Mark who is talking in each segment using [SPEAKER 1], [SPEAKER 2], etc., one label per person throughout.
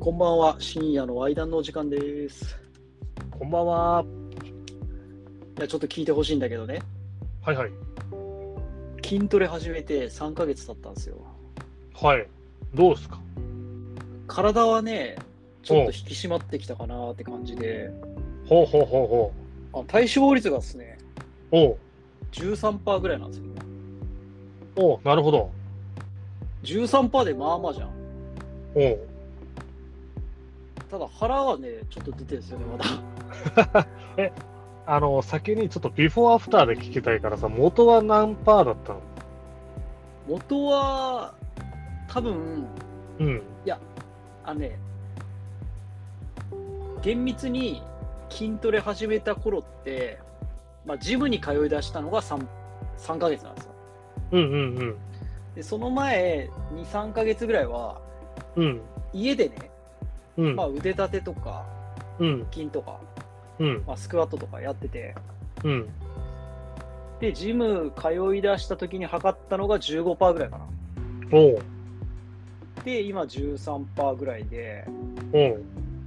[SPEAKER 1] こんばんは。深夜のワイダンのお時間です。
[SPEAKER 2] こんばんは。
[SPEAKER 1] いや、ちょっと聞いてほしいんだけどね。
[SPEAKER 2] はいはい。
[SPEAKER 1] 筋トレ始めて3ヶ月経ったんですよ。
[SPEAKER 2] はい。どうですか
[SPEAKER 1] 体はね、ちょっと引き締まってきたかなって感じで、
[SPEAKER 2] ほうほうほうほ
[SPEAKER 1] あ体脂肪率がですね、
[SPEAKER 2] う。おう
[SPEAKER 1] 13%ぐらいなんですよね。
[SPEAKER 2] おうなるほど。
[SPEAKER 1] 13%でまあまあじゃん。
[SPEAKER 2] おう
[SPEAKER 1] ただ腹はね、ちょっと出てるんですよね、まだ。
[SPEAKER 2] あの、先にちょっとビフォーアフターで聞きたいからさ、元は何パーだったの
[SPEAKER 1] 元は、多分、
[SPEAKER 2] うん。
[SPEAKER 1] あのね、厳密に筋トレ始めた頃って、まあ、ジムに通い出したのが 3, 3ヶ月なんですよ。
[SPEAKER 2] うんうん
[SPEAKER 1] で、その前、2、3ヶ月ぐらいは、
[SPEAKER 2] うん。うん。
[SPEAKER 1] 家でね、
[SPEAKER 2] うん。
[SPEAKER 1] まあ、腕立てとか、
[SPEAKER 2] うん。
[SPEAKER 1] 筋とか、
[SPEAKER 2] うん。
[SPEAKER 1] まあ、スクワットとかやってて、
[SPEAKER 2] うん。
[SPEAKER 1] で、ジム通い出した時に測ったのが15%ぐらいかな。
[SPEAKER 2] おう
[SPEAKER 1] で、今13%ぐらいで、
[SPEAKER 2] おう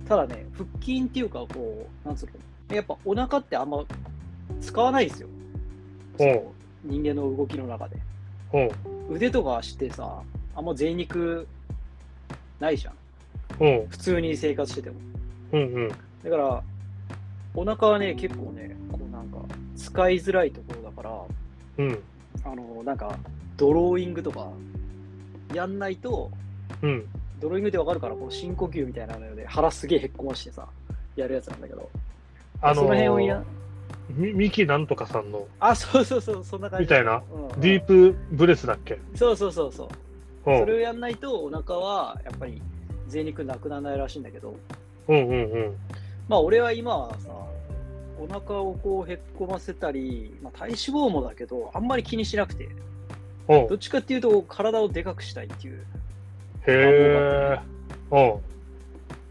[SPEAKER 1] ただね、腹筋っていうか、こう、なんつうの、やっぱお腹ってあんま使わないですよ。
[SPEAKER 2] おう
[SPEAKER 1] その人間の動きの中で。
[SPEAKER 2] おう
[SPEAKER 1] 腕とか足ってさ、あんま贅肉ないじゃん。
[SPEAKER 2] おう
[SPEAKER 1] 普通に生活してても。
[SPEAKER 2] うんうん。
[SPEAKER 1] だから、お腹はね、結構ね、こうなんか、使いづらいところだから、
[SPEAKER 2] うん。
[SPEAKER 1] あの、なんか、ドローイングとか、やんないと、
[SPEAKER 2] うん。
[SPEAKER 1] ドローイングってわかるから、この深呼吸みたいなので、腹すげえへっこましてさ、やるやつなんだけど、
[SPEAKER 2] あ
[SPEAKER 1] その辺をや、
[SPEAKER 2] みミキなんとかさんの
[SPEAKER 1] あ、そうそうそう、そんな感じ。
[SPEAKER 2] みたいな
[SPEAKER 1] うんうん
[SPEAKER 2] ディープブレスだっけ
[SPEAKER 1] そうそうそうそう。
[SPEAKER 2] お
[SPEAKER 1] そうれをやんないと、お腹はやっぱり贅肉なくならないらしいんだけど、
[SPEAKER 2] うんうんうん。
[SPEAKER 1] まあ俺は今はさ、お腹をこうへっこませたり、まあ、体脂肪もだけど、あんまり気にしなくて、
[SPEAKER 2] おう
[SPEAKER 1] どっちかっていうと体をでかくしたいっていう。
[SPEAKER 2] へえ。おう
[SPEAKER 1] だか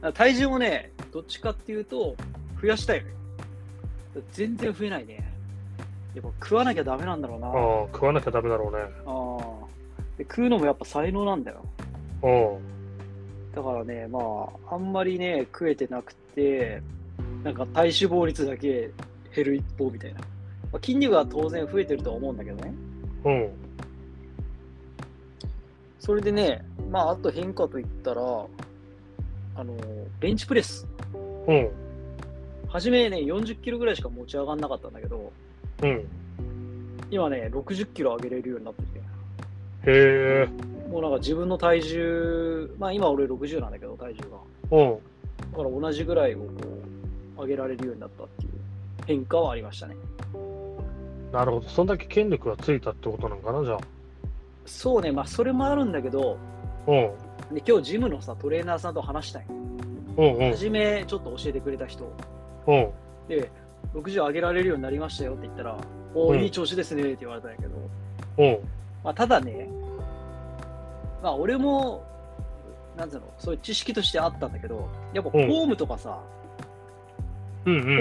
[SPEAKER 1] ら体重もね、どっちかっていうと、増やしたいのよ。全然増えないね。やっぱ食わなきゃダメなんだろうな。あ
[SPEAKER 2] ああ、食わなきゃダメだろうね。
[SPEAKER 1] あで食うのもやっぱ才能なんだよ。
[SPEAKER 2] おう
[SPEAKER 1] だからね、まあ、あんまりね、食えてなくて、なんか体脂肪率だけ減る一方みたいな。まあ、筋肉は当然増えてるとは思うんだけどね。
[SPEAKER 2] うん。
[SPEAKER 1] それでね、まあ、あと変化といったら、あの、ベンチプレス。
[SPEAKER 2] うん。
[SPEAKER 1] 初めね、40キロぐらいしか持ち上がんなかったんだけど、
[SPEAKER 2] うん。
[SPEAKER 1] 今ね、60キロ上げれるようになってきて、
[SPEAKER 2] へえ。
[SPEAKER 1] もうなんか自分の体重、まあ今俺60なんだけど、体重が。
[SPEAKER 2] うん。
[SPEAKER 1] だから同じぐらいをこう、上げられるようになったっていう変化はありましたね。
[SPEAKER 2] なるほど。そんだけ権力がついたってことなのかな、じゃあ。
[SPEAKER 1] そうね、まあそれもあるんだけど、
[SPEAKER 2] うん。
[SPEAKER 1] で今日ジムのさ、トレーナーさんと話したい。
[SPEAKER 2] うんうん。
[SPEAKER 1] 初めちょっと教えてくれた人、
[SPEAKER 2] うん。
[SPEAKER 1] で、60上げられるようになりましたよって言ったら、おお、
[SPEAKER 2] うん
[SPEAKER 1] いい調子ですねって言われたんやけど、
[SPEAKER 2] うん。
[SPEAKER 1] まあ、ただね、まあ、俺も、なんつうの、そういう知識としてあったんだけど、やっぱフォームとかさ、
[SPEAKER 2] うんうんうんうん。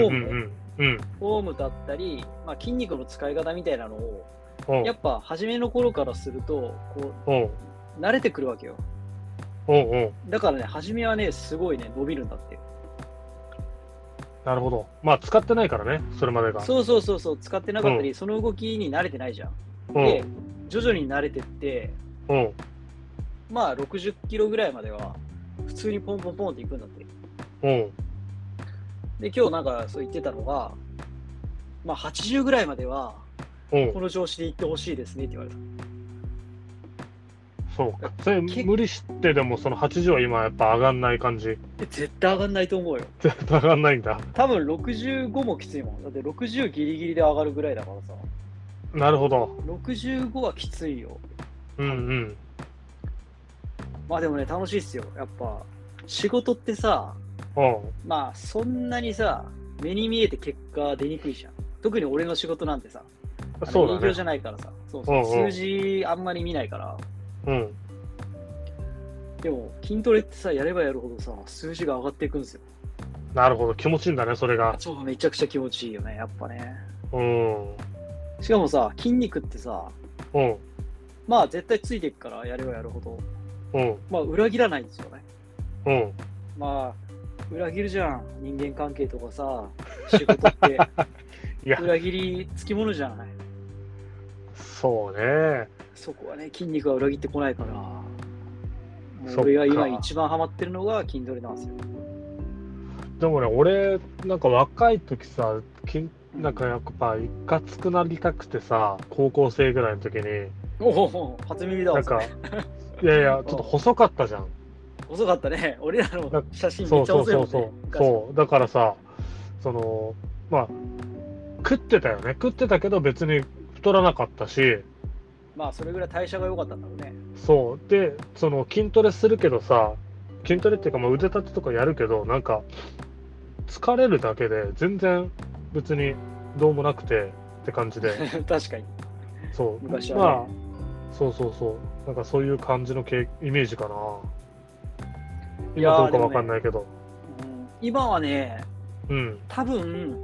[SPEAKER 2] うん。
[SPEAKER 1] フォームだったり、まあ、筋肉の使い方みたいなのを、
[SPEAKER 2] うん。
[SPEAKER 1] やっぱ初めの頃からすると、こ
[SPEAKER 2] うん。
[SPEAKER 1] う、慣れてくるわけよ。
[SPEAKER 2] うんうん。
[SPEAKER 1] だからね、初めはね、すごいね、伸びるんだって。
[SPEAKER 2] なるほど。まあ、使ってないからね、それまでが。
[SPEAKER 1] そうそうそうそう、使ってなかったり、その動きに慣れてないじゃん。
[SPEAKER 2] うん。
[SPEAKER 1] で、徐々に慣れてって、
[SPEAKER 2] うん。
[SPEAKER 1] まあ60キロぐらいまでは普通にポンポンポンっていくんだって。
[SPEAKER 2] うん。
[SPEAKER 1] で、今日なんかそう言ってたのが、まあ80ぐらいまでは
[SPEAKER 2] うん
[SPEAKER 1] こ。の調子で行ってほしいですねって言われた。
[SPEAKER 2] そうか。それ、
[SPEAKER 1] け
[SPEAKER 2] 無理してでも、その80は今、やっぱ上がんない感じ。
[SPEAKER 1] で絶対上がんないと思うよ。
[SPEAKER 2] 絶対上がんないんだ。
[SPEAKER 1] 多分65もきついもん。だって60ギリギリで上がるぐらいだからさ。
[SPEAKER 2] なるほど。
[SPEAKER 1] 65はきついよ。
[SPEAKER 2] うんうん。
[SPEAKER 1] まあでもね、楽しいっすよ。やっぱ仕事ってさ、
[SPEAKER 2] うん。
[SPEAKER 1] まあそんなにさ、目に見えて結果出にくいじゃん。特に俺の仕事なんてさ、あの
[SPEAKER 2] そう
[SPEAKER 1] 営業
[SPEAKER 2] だ
[SPEAKER 1] じ
[SPEAKER 2] ね。
[SPEAKER 1] ゃないからさ、そうそう
[SPEAKER 2] うんうん
[SPEAKER 1] 数字あんまり見ないから、
[SPEAKER 2] うん。
[SPEAKER 1] でも筋トレってさ、やればやるほどさ、数字が上がっていくんですよ。
[SPEAKER 2] なるほど。気持ちいいんだね、それが。
[SPEAKER 1] そうめちゃくちゃ気持ちいいよね、やっぱね。
[SPEAKER 2] うん。
[SPEAKER 1] しかもさ、筋肉ってさ、
[SPEAKER 2] うん。
[SPEAKER 1] まあ絶対ついていくから、やればやるほど、
[SPEAKER 2] うん。
[SPEAKER 1] まあ裏切らないんですよね。
[SPEAKER 2] うん。
[SPEAKER 1] まあ、裏切るじゃん。人間関係とかさ、仕事って。
[SPEAKER 2] いや、
[SPEAKER 1] 裏切りつきものじゃない。
[SPEAKER 2] そうね。
[SPEAKER 1] そこはね、筋肉は裏切ってこないから。も
[SPEAKER 2] そっ
[SPEAKER 1] う
[SPEAKER 2] か
[SPEAKER 1] 俺が今一番ハマってるのが筋トレなんですよ。
[SPEAKER 2] でもね、俺、なんか若い時さ、きなんかやっぱ、いかつくなりたくてさ、高校生ぐらいの時に、
[SPEAKER 1] おお、初耳だ
[SPEAKER 2] な
[SPEAKER 1] わ
[SPEAKER 2] ん。か、いや いや、ちょっと細かったじゃん。
[SPEAKER 1] 遅かったね。俺らの
[SPEAKER 2] なん
[SPEAKER 1] 写真め
[SPEAKER 2] そ
[SPEAKER 1] っ
[SPEAKER 2] う
[SPEAKER 1] ちゃ
[SPEAKER 2] そう
[SPEAKER 1] 遅い
[SPEAKER 2] そ
[SPEAKER 1] もん
[SPEAKER 2] う
[SPEAKER 1] ね。
[SPEAKER 2] そう
[SPEAKER 1] 昔
[SPEAKER 2] そうだからさそのまあ食ってたよね食ってたけど別に太らなかったし
[SPEAKER 1] まあ、それぐらい代謝が良かったんだろう ね。
[SPEAKER 2] そうでその筋トレするけどさ筋トレっていうか、まあ、腕立てとかやるけどなんか疲れるだけで全然別にどうもなくてって感 じで
[SPEAKER 1] 確かに。
[SPEAKER 2] そう
[SPEAKER 1] 昔は
[SPEAKER 2] ま
[SPEAKER 1] ね
[SPEAKER 2] あそうそうそうなんかそういう感じのけイメージかない
[SPEAKER 1] やー
[SPEAKER 2] 今どう
[SPEAKER 1] でも
[SPEAKER 2] か
[SPEAKER 1] ね
[SPEAKER 2] わかんないけど、
[SPEAKER 1] うん今はね、
[SPEAKER 2] うん
[SPEAKER 1] 多分、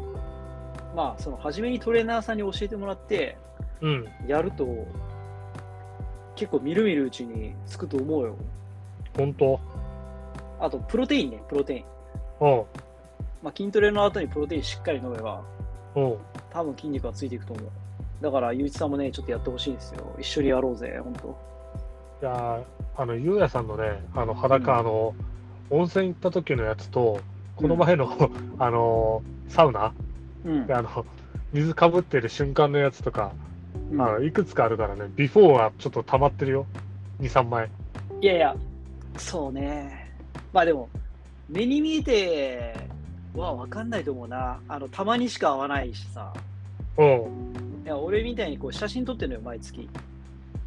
[SPEAKER 1] まあ、その初めにトレーナーさんに教えてもらって、
[SPEAKER 2] うん
[SPEAKER 1] やると、結構みるみるうちにつくと思うよ。
[SPEAKER 2] 本当
[SPEAKER 1] あと、プロテインね、プロテイン。
[SPEAKER 2] う
[SPEAKER 1] まあ、筋トレの後にプロテインしっかり飲めば、
[SPEAKER 2] んうん
[SPEAKER 1] 多分筋肉はついていくと思う。だから、ゆういちさんもね、ちょっとやってほしいんですよ。一緒にやろうぜ、ほんと。
[SPEAKER 2] いやーあのゆうやさんのねあの裸、
[SPEAKER 1] うん
[SPEAKER 2] あの温泉行った時のやつとこの前の、 あのサウナ
[SPEAKER 1] うん
[SPEAKER 2] で。あの水かぶってる瞬間のやつとか、
[SPEAKER 1] うん
[SPEAKER 2] あのいくつかあるからねビフォーはちょっと溜まってるよ23枚
[SPEAKER 1] いやいや、そうね。まあでも、目に見えては分かんないと思うな。あの、たまにしか会わないしさ。
[SPEAKER 2] おう
[SPEAKER 1] いや、俺みたいにこう写真撮ってるのよ、毎月。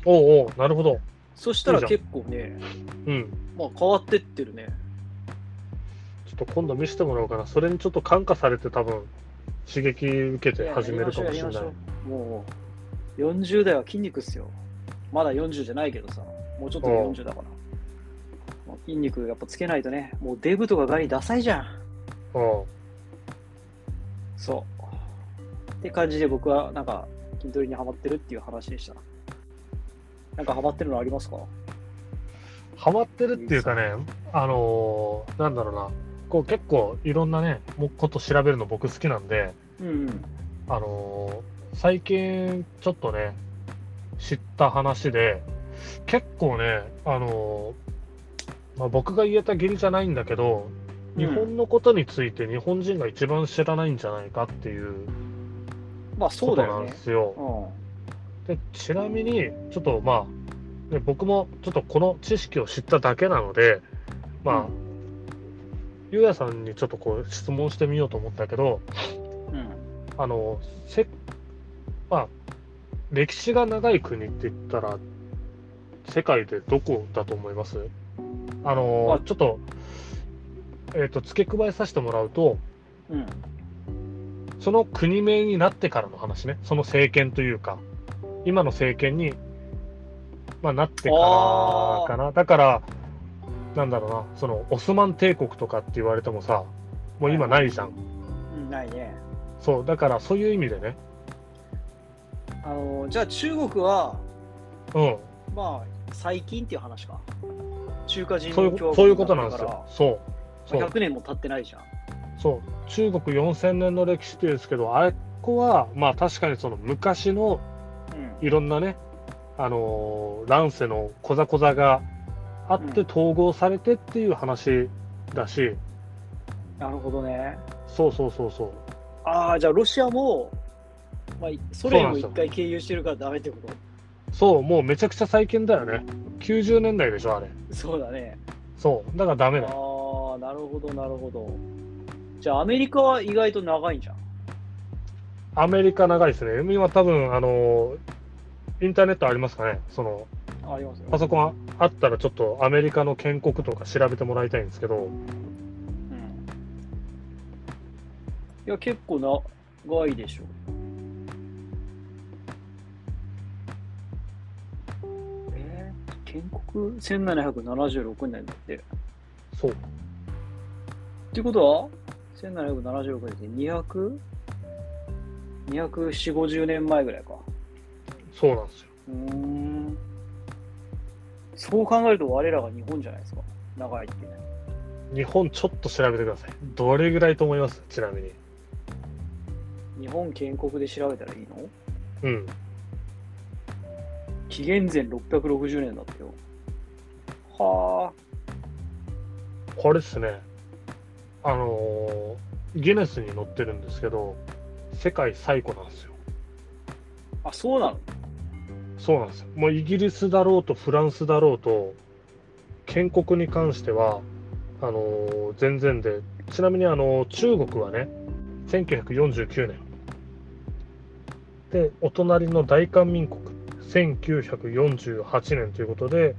[SPEAKER 2] おうおうなるほど
[SPEAKER 1] そしたら
[SPEAKER 2] いいじ
[SPEAKER 1] 結構ね、
[SPEAKER 2] うん
[SPEAKER 1] まあ変わってってるね。
[SPEAKER 2] ちょっと今度見せてもらおうかなそれにちょっと感化されて多分刺激受けて始めるかもしれない
[SPEAKER 1] ややりまょうやりましょうもう、40代は筋肉っすよ。まだ40じゃないけどさ、もうちょっとで40だから。もう筋肉やっぱつけないとね、もうデブとかガリダサいじゃん。
[SPEAKER 2] おう
[SPEAKER 1] そう。って感じで僕はなんか筋トレにハマってるっていう話でした。なんかハマってるのありますか
[SPEAKER 2] ハマってるっていうかね、あのーなんだろうな、こう結構いろんなね、もうこと調べるの僕好きなんで、
[SPEAKER 1] うんうん。
[SPEAKER 2] あのー最近ちょっとね、知った話で、結構ね、あのーまあ、僕が言えた義理じゃないんだけど、日本のことについて日本人が一番知らないんじゃないかっていう
[SPEAKER 1] まあそ
[SPEAKER 2] こ
[SPEAKER 1] うだ
[SPEAKER 2] とな
[SPEAKER 1] よ
[SPEAKER 2] んで
[SPEAKER 1] ね。
[SPEAKER 2] すよ。
[SPEAKER 1] う
[SPEAKER 2] でちなみに、ちょっとまあ、ね僕もちょっとこの知識を知っただけなので、まあ、
[SPEAKER 1] う
[SPEAKER 2] ゆうやさんにちょっとこう質問してみようと思ったけど、
[SPEAKER 1] ん。うん。
[SPEAKER 2] あの、せまあ、歴史が長い国って言ったら、世界でどこだと思いますあの、
[SPEAKER 1] あ
[SPEAKER 2] ちょっと、えっ、と、付け加えさせてもらうと、
[SPEAKER 1] うん。
[SPEAKER 2] その国名になってからの話ね、その政権というか、今の政権に、まあ、なってからかな、だから、なんだろうな、そのオスマン帝国とかって言われてもさ、もう今ないじゃん、
[SPEAKER 1] うん、ないね。
[SPEAKER 2] そう、だからそういう意味でね、
[SPEAKER 1] あのじゃあ中国は、
[SPEAKER 2] うん、
[SPEAKER 1] まあ最近っていう話か。中華人
[SPEAKER 2] そうい
[SPEAKER 1] 民
[SPEAKER 2] う
[SPEAKER 1] 共
[SPEAKER 2] こ
[SPEAKER 1] 和
[SPEAKER 2] そういう
[SPEAKER 1] 国
[SPEAKER 2] こと
[SPEAKER 1] に
[SPEAKER 2] なん
[SPEAKER 1] って
[SPEAKER 2] です
[SPEAKER 1] から
[SPEAKER 2] よ、そう、そ
[SPEAKER 1] まあ
[SPEAKER 2] う、
[SPEAKER 1] 100年も経ってないじゃん。
[SPEAKER 2] そう中国4000年の歴史ですけど、あれっこは、まあ確かにその昔の
[SPEAKER 1] うん。
[SPEAKER 2] いろんなね、あのー乱世のコザコザがあって
[SPEAKER 1] うん
[SPEAKER 2] 統合されてっていう話だし、
[SPEAKER 1] なるほどね。
[SPEAKER 2] そうそうそうそう、
[SPEAKER 1] ああ、じゃあロシアも、まあ、ソ連を
[SPEAKER 2] そ
[SPEAKER 1] 一
[SPEAKER 2] うなん
[SPEAKER 1] 回経由してるからダメってこと
[SPEAKER 2] そう、もうめちゃくちゃ最近だよね、90年代でしょ、あれ、
[SPEAKER 1] そうだね。
[SPEAKER 2] そう、だからダメだよ、
[SPEAKER 1] ああ、なるほど、なるほど。じゃあ、アメリカは意外と長いんじゃん。
[SPEAKER 2] アメリカ長いですね、今、多分あのーインターネットありますかね、その
[SPEAKER 1] ありますよ。
[SPEAKER 2] パソコンあったら、ちょっとアメリカの建国とか調べてもらいたいんですけど、
[SPEAKER 1] うんいや、結構長いでしょ。えー、建国1776年だって。っ
[SPEAKER 2] そう、
[SPEAKER 1] てことは、1776年って200 240、50年前ぐらいか。
[SPEAKER 2] そうなんですよ、
[SPEAKER 1] うーん。そう考えると我らが日本じゃないですか。長いってね。
[SPEAKER 2] 日本ちょっと調べてください。どれぐらいと思いますちなみに。
[SPEAKER 1] 日本建国で調べたらいいの
[SPEAKER 2] うん。
[SPEAKER 1] 紀元前660年だってよ。は
[SPEAKER 2] これですね。あのーギネスに載ってるんですけど、世界最古なんですよ。
[SPEAKER 1] あ。あ、そうなの
[SPEAKER 2] そうなんですよ。もうイギリスだろうとフランスだろうと、建国に関しては、あのー全然で、ちなみにあのー中国はね、1949年。で、お隣の大韓民国、1948年ということで、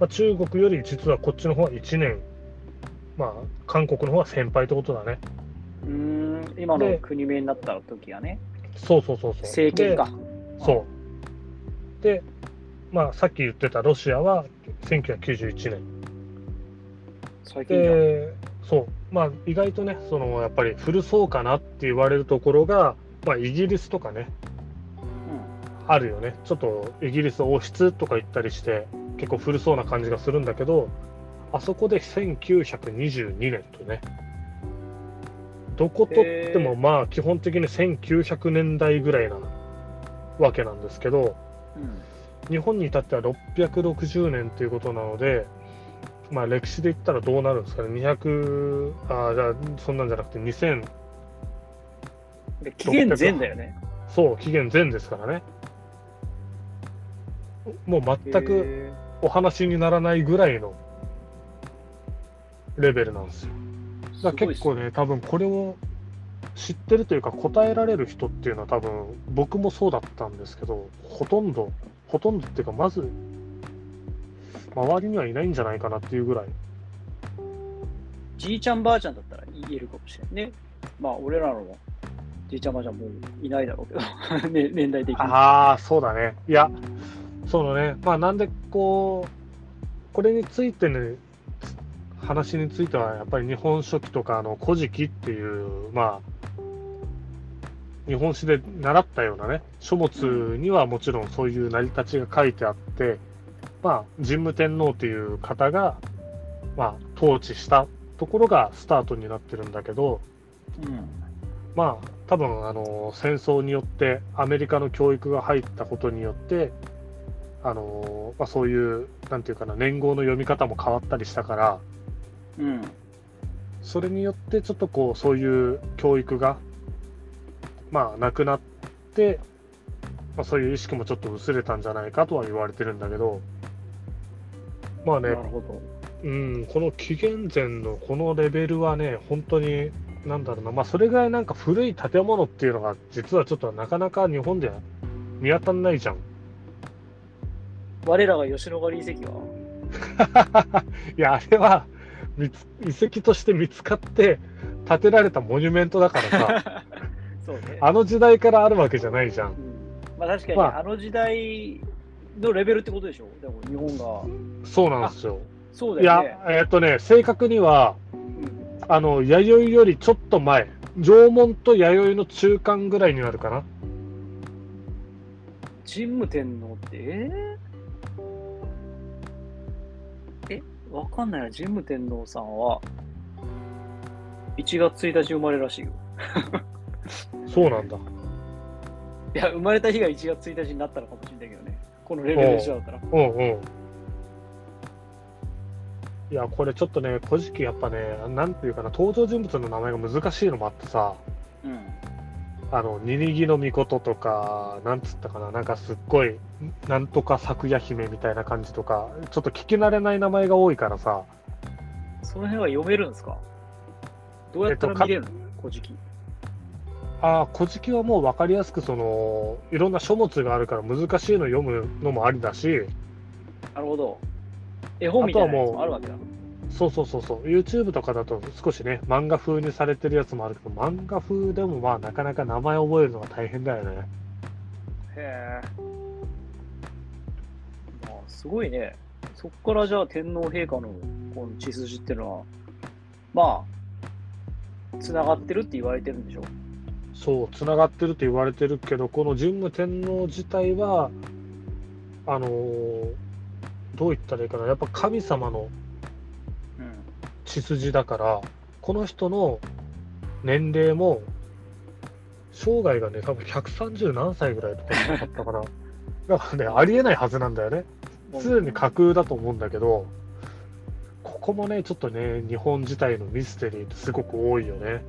[SPEAKER 2] まあ、中国より実はこっちの方は1年、まあ、韓国の方は先輩ってことだね。
[SPEAKER 1] うーん、今の
[SPEAKER 2] で
[SPEAKER 1] 国名になった時はね。
[SPEAKER 2] そうそうそうそう。
[SPEAKER 1] 政権か。
[SPEAKER 2] そう。で、まあ、さっき言ってたロシアは1991年。
[SPEAKER 1] 最近じゃん。
[SPEAKER 2] で、そう、まあ、意外とね、そのやっぱり古そうかなって言われるところが、まあ、イギリスとかね、あるよね。ちょっとイギリス王室とか行ったりして、結構古そうな感じがするんだけど、あそこで1922年とね、どことって
[SPEAKER 1] へ
[SPEAKER 2] も
[SPEAKER 1] ー
[SPEAKER 2] まあ基本的に1900年代ぐらいなわけなんですけど、
[SPEAKER 1] うん。うん
[SPEAKER 2] 日本に至っては660年ということなので、まあ、歴史で言ったらどうなるんですかね、200、あーじゃあそんなんじゃなくて2000、
[SPEAKER 1] で紀元前だよね。
[SPEAKER 2] そう、紀元前ですからね。もう全く
[SPEAKER 1] へ
[SPEAKER 2] お話にならないぐらいのレベルなんですよ。
[SPEAKER 1] ー
[SPEAKER 2] だから結構
[SPEAKER 1] す
[SPEAKER 2] ね、多分これを知ってるというか、答えられる人っていうのは、多分僕もそうだったんですけど、ほとんど、ほとんどっていうか、まず、周りにはいないんじゃないかなっていうぐらい、
[SPEAKER 1] ごいっすねじいちゃんばあちゃんだったら言えるかもしれないね。まあ、俺らのじいちゃんばあちゃんもういないだろうけど、 ね、年代的に。
[SPEAKER 2] ああ、そうだね、いや、そのね、まあ、なんでこう、これについてね、話については、やっぱり日本書紀とか、あの古事記っていう、まあ、日本史で習ったようなね、書物にはもちろんそういう成り立ちが書いてあって、まあ、神武天皇という方が、まあ、統治したところがスタートになってるんだけど、
[SPEAKER 1] うん
[SPEAKER 2] まあ多分あの戦争によってアメリカの教育が入ったことによってあの、まあ、そういうなんていうかな年号の読み方も変わったりしたから
[SPEAKER 1] うん。
[SPEAKER 2] それによってちょっとこうそういう教育がまあなくなって、まあ、そういう意識もちょっと薄れたんじゃないかとは言われてるんだけどまあ
[SPEAKER 1] な
[SPEAKER 2] ね
[SPEAKER 1] るほど。
[SPEAKER 2] うん、この紀元前のこのレベルはね、本当に、なんだろうな、まあ、それぐらいなんか古い建物っていうのが、実はちょっとなかなか日本では見当たんないじゃん。
[SPEAKER 1] 我らが吉野ヶ里遺跡は、
[SPEAKER 2] いや、あれは見つ遺跡として見つかって建てられたモニュメントだからさ、
[SPEAKER 1] そうね。
[SPEAKER 2] あの時代からあるわけじゃないじゃん
[SPEAKER 1] う。んまあ確かに、
[SPEAKER 2] まあ
[SPEAKER 1] あの時代のレベルってことでしょでも日本が。
[SPEAKER 2] そうなんですよ。
[SPEAKER 1] そう
[SPEAKER 2] い
[SPEAKER 1] だよ
[SPEAKER 2] や
[SPEAKER 1] ね。、
[SPEAKER 2] えっとね、正確には、
[SPEAKER 1] うん
[SPEAKER 2] あの、弥生よりちょっと前、縄文と弥生の中間ぐらいになるかな。
[SPEAKER 1] 神武天皇って、えーえ、わかんないな。神武天皇さんは、1月1日生まれらしいよ。
[SPEAKER 2] そうなんだ。
[SPEAKER 1] いや、生まれた日が1月1日になったのかもしれないけどね。このレベルでしょだったら。
[SPEAKER 2] うんうん。いや、これちょっとね、古事記やっぱね、なんていうかな、登場人物の名前が難しいのもあってさ、
[SPEAKER 1] うん。
[SPEAKER 2] あの、ニニギの御事とか、なんつったかな、なんかすっごい、なんとか咲夜姫みたいな感じとか、ちょっと聞き慣れない名前が多いからさ、
[SPEAKER 1] その辺は読めるんですかどうやったら見れるの、古事記。
[SPEAKER 2] ああ、古事記はもう分かりやすく、その、いろんな書物があるから難しいの読むのもありだし、
[SPEAKER 1] なるほど。絵本みたいなやつもあるわけだ。
[SPEAKER 2] そうそうそうそう、YouTube とかだと少しね、漫画風にされてるやつもあるけど、漫画風でもまあなかなか名前覚えるのが大変だよね。
[SPEAKER 1] へえ。まあ、すごいね。そこからじゃあ天皇陛下のこの血筋っていうのは、まあ、つながってるって言われてるんでしょ
[SPEAKER 2] そう、つながってると言われてるけど、この神武天皇自体は、あのーどう言ったらいいかな、やっぱ神様の
[SPEAKER 1] うん。
[SPEAKER 2] 血血筋だからこの人の年齢も生涯がね多分130何歳ぐらいとかだったかなだからねありえないはずなんだよね普通に架空だと思うんだけどここもねちょっとね日本自体のミステリーってすごく多いよね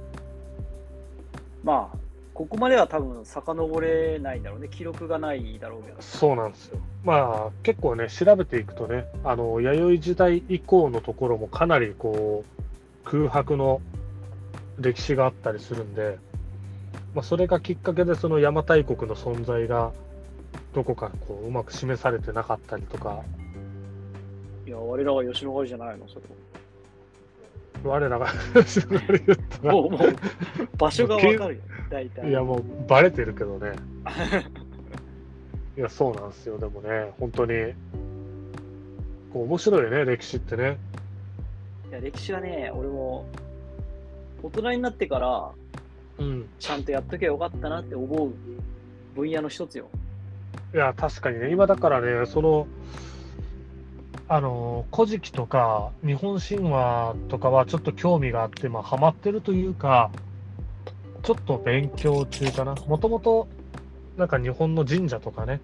[SPEAKER 1] まあ、ここまでは多分遡れないんだろうね。記録がないだろうけど。
[SPEAKER 2] そうなんですよまあ結構ね調べていくとねあの弥生時代以降のところもかなりこう空白の歴史があったりするんで、まあ、それがきっかけでその邪馬台国の存在がどこかこううまく示されてなかったりとか
[SPEAKER 1] いや、我らは吉野ヶ里じゃないの、それ
[SPEAKER 2] 我らが 知られるとな
[SPEAKER 1] は。もう、もう、場所がわか るよ、大体。
[SPEAKER 2] いやもうバレてるけ どね。いやそうなんですよでもね本当にこう面白いよね歴史ってね。
[SPEAKER 1] いや歴史はね、俺も、大人になってから、
[SPEAKER 2] うん。
[SPEAKER 1] ちゃんとやっときゃよかったなって思う分野の一つよ。
[SPEAKER 2] いや確かにね今だからねそのあの古事記とか日本神話とかはちょっと興味があってまあハマってるというかちょっと勉強中かな。もともとなんか日本の神社とかね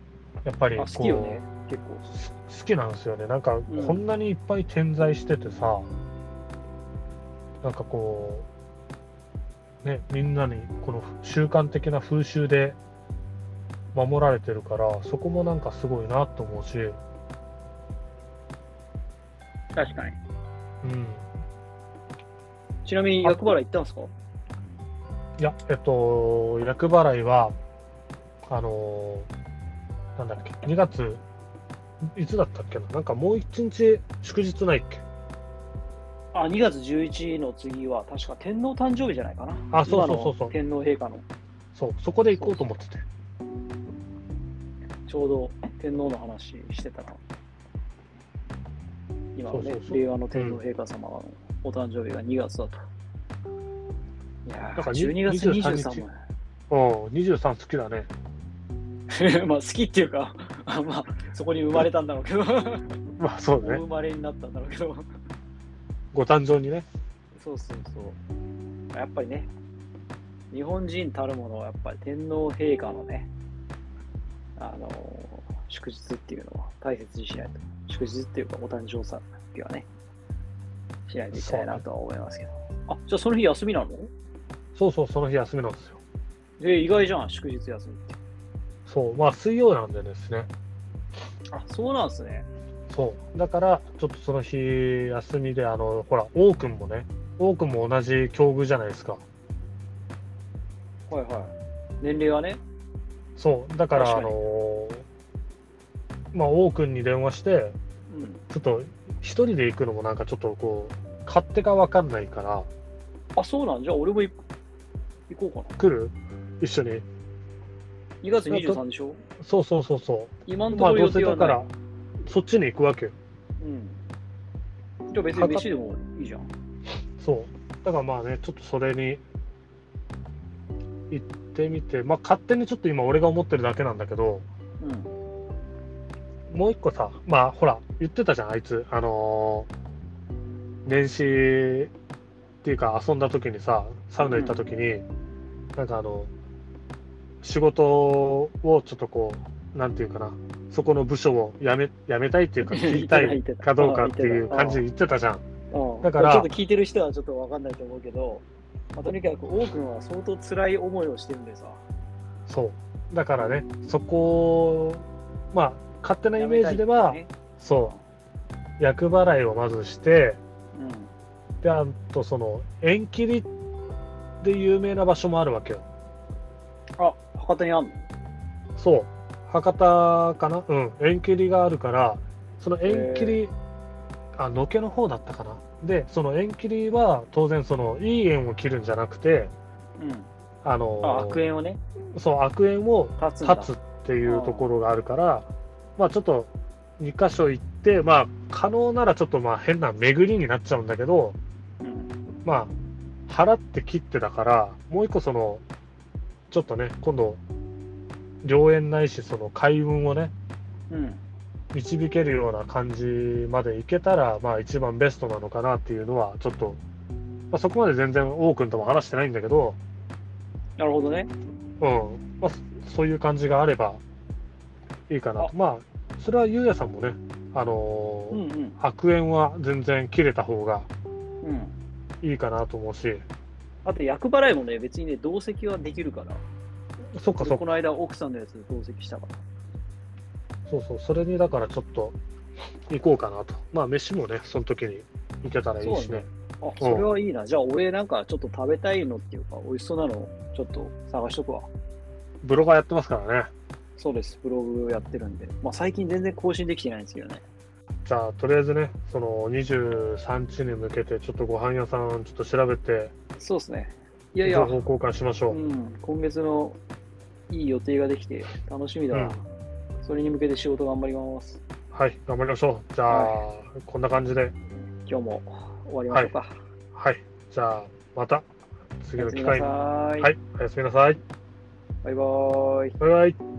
[SPEAKER 2] やっぱり
[SPEAKER 1] あ、
[SPEAKER 2] こ
[SPEAKER 1] 好
[SPEAKER 2] う
[SPEAKER 1] きよね、結構。
[SPEAKER 2] 好きなんですよねなんか
[SPEAKER 1] ん
[SPEAKER 2] こんなにいっぱい点在しててさ、なんかこうねみんなにこの習慣的な風習で守られてるからそこもなんかすごいなと思うし、うん、
[SPEAKER 1] 確かに。ちなみに、役払い行ったんですか
[SPEAKER 2] いやえっと厄払いはあのーなんだっけ2月いつだったっけななんかもう一日祝日ないっけ
[SPEAKER 1] あ、2月11の次は、確か天皇誕生日じゃないかな。
[SPEAKER 2] あそうそうそうそ
[SPEAKER 1] 今の
[SPEAKER 2] う
[SPEAKER 1] 天皇陛下の、
[SPEAKER 2] そうそこで行こうと思ってて
[SPEAKER 1] ちょうど天皇の話してたら、今のね
[SPEAKER 2] そうそう、そう
[SPEAKER 1] 令和の天皇陛下様のお誕生日が2月だと。いや
[SPEAKER 2] だ
[SPEAKER 1] ー、
[SPEAKER 2] から
[SPEAKER 1] 12月
[SPEAKER 2] 23
[SPEAKER 1] 23
[SPEAKER 2] うん、23好きだね。
[SPEAKER 1] 日。 まあ、好きっていうか、あまあ、そこに生まれたんだろうけど、
[SPEAKER 2] まあそう
[SPEAKER 1] お
[SPEAKER 2] だね
[SPEAKER 1] 生。まれになったんだろうけど、
[SPEAKER 2] ご誕生にね。
[SPEAKER 1] そうそうそう。やっぱりね、日本人たるものは、やっぱり天皇陛下のね、あのー祝日っていうのは大切にしないと。祝日っていうか、お誕生祭っていうのはね、しないといけないなとは思いますけど。あ、じゃあその日休みなの
[SPEAKER 2] そうそう、その日休みなんですよ。
[SPEAKER 1] え、意外じゃん、祝日休みって。
[SPEAKER 2] そう、まあ水曜なんでですね。
[SPEAKER 1] あ、そうなんですね。
[SPEAKER 2] そう。だから、ちょっとその日休みで、あの、ほら、王くんもね、王くんも同じ境遇じゃないですか。
[SPEAKER 1] はいはい。年齢はね、
[SPEAKER 2] そう。だから、
[SPEAKER 1] 確
[SPEAKER 2] あ
[SPEAKER 1] かに
[SPEAKER 2] のーまあ王くんに電話して、
[SPEAKER 1] うん。
[SPEAKER 2] ちょっと一人で行くのもなんかちょっとこう、勝手がわかんないから、
[SPEAKER 1] あ、そうなんじゃあ俺もい行こうかな。
[SPEAKER 2] 来る一緒に。
[SPEAKER 1] 2月23でしょ
[SPEAKER 2] そうそうそうそ
[SPEAKER 1] 今
[SPEAKER 2] う。
[SPEAKER 1] のと
[SPEAKER 2] まあ
[SPEAKER 1] ころ予
[SPEAKER 2] どうせ
[SPEAKER 1] 定
[SPEAKER 2] だ
[SPEAKER 1] は
[SPEAKER 2] か
[SPEAKER 1] ない。
[SPEAKER 2] ら、そっちに行くわけよ。
[SPEAKER 1] うん。じゃあ別に飯でもいいじゃん。
[SPEAKER 2] そう。だからまあね、ちょっとそれに行ってみて、まあ勝手にちょっと今俺が思ってるだけなんだけど、
[SPEAKER 1] うん。
[SPEAKER 2] もう一個さ、まあほら、言ってたじゃん、あいつ。あのー年始っていうか遊んだ時にさ、サウナ行った時に、なんかあの、仕事をちょっとこう、なんていうかな、そこの部署を辞め辞めたいって いうか、切りた
[SPEAKER 1] 言
[SPEAKER 2] い
[SPEAKER 1] ってた
[SPEAKER 2] かどうかっていう
[SPEAKER 1] ああ
[SPEAKER 2] 感じで言ってたじゃん。
[SPEAKER 1] うん、
[SPEAKER 2] だから
[SPEAKER 1] ちょっと聞いてる人はちょっとわかんないと思うけど、まあ、とにかく王君は相当辛い思いをしてるんでさ。
[SPEAKER 2] そう。だからね、そこを、まあ、勝手なイメージでは、
[SPEAKER 1] やめたいって
[SPEAKER 2] そう、厄払いをまずして、
[SPEAKER 1] いうね
[SPEAKER 2] で、あと、その、縁切りで有名な場所もあるわけよ。
[SPEAKER 1] うん、あ、博多にあんの
[SPEAKER 2] そう、博多かなうん、縁切りがあるから、その縁切り、あ、のけの方だったかな。で、その縁切りは、当然、その、いい縁を切るんじゃなくて、
[SPEAKER 1] うん。
[SPEAKER 2] あ
[SPEAKER 1] あ、
[SPEAKER 2] の
[SPEAKER 1] 悪縁をね、
[SPEAKER 2] そう、悪縁を
[SPEAKER 1] 立つんだ。
[SPEAKER 2] 立つっていうところがあるから、まあちょっと2箇所行って、まあ可能ならちょっとまあ変な巡りになっちゃうんだけど、
[SPEAKER 1] うん
[SPEAKER 2] まあ払って切ってだから、もう一個その、ちょっとね、今度、良縁ないし、その開運をね、
[SPEAKER 1] うん。
[SPEAKER 2] 導けるような感じまでいけたら、まあ、一番ベストなのかなっていうのは、ちょっと、まあ、そこまで全然王君とも話してないんだけど、
[SPEAKER 1] なるほどね。
[SPEAKER 2] うんまあ、そそういう感じがあればいいかなと、まあ、それはゆうやさんもね、あの
[SPEAKER 1] う
[SPEAKER 2] ー
[SPEAKER 1] んうん。
[SPEAKER 2] 白煙は全然切れた方が
[SPEAKER 1] うん。
[SPEAKER 2] いいかなと思うし、
[SPEAKER 1] あと、厄払いもね、別にね、同席はできるから。
[SPEAKER 2] そっかそっ
[SPEAKER 1] こ
[SPEAKER 2] か、
[SPEAKER 1] の間、奥さんのやつで同席したから。
[SPEAKER 2] そうそう、それにだからちょっと行こうかなと、まあ、飯もね、その時に行けたらいいしね。
[SPEAKER 1] あ、それはいいな。じゃあ、俺なんかちょっと食べたいのっていうか、美味しそうなのちょっと探しとくわ。
[SPEAKER 2] ブロガーやってますからね。
[SPEAKER 1] そうです。ブログやってるんで。まあ、最近全然更新できてないんですけどね。
[SPEAKER 2] じゃあ、とりあえずね、その23日に向けて、ちょっとご飯屋さん、ちょっと調べて、
[SPEAKER 1] そうですね。いやいや、
[SPEAKER 2] 情報交換しましょ
[SPEAKER 1] う
[SPEAKER 2] う。
[SPEAKER 1] ん、今月のいい予定ができて楽しみだな。
[SPEAKER 2] うん
[SPEAKER 1] それに向けて仕事頑張ります。
[SPEAKER 2] はい、頑張りましょう。じゃあ、こんな感じで、
[SPEAKER 1] 今日も終わりましょうか。
[SPEAKER 2] はい、じゃあ、また次
[SPEAKER 1] おや
[SPEAKER 2] の
[SPEAKER 1] す
[SPEAKER 2] 機
[SPEAKER 1] みな
[SPEAKER 2] 会に。
[SPEAKER 1] さい。
[SPEAKER 2] はい、おやすみなさい。
[SPEAKER 1] バイバーイ。
[SPEAKER 2] バイバイ。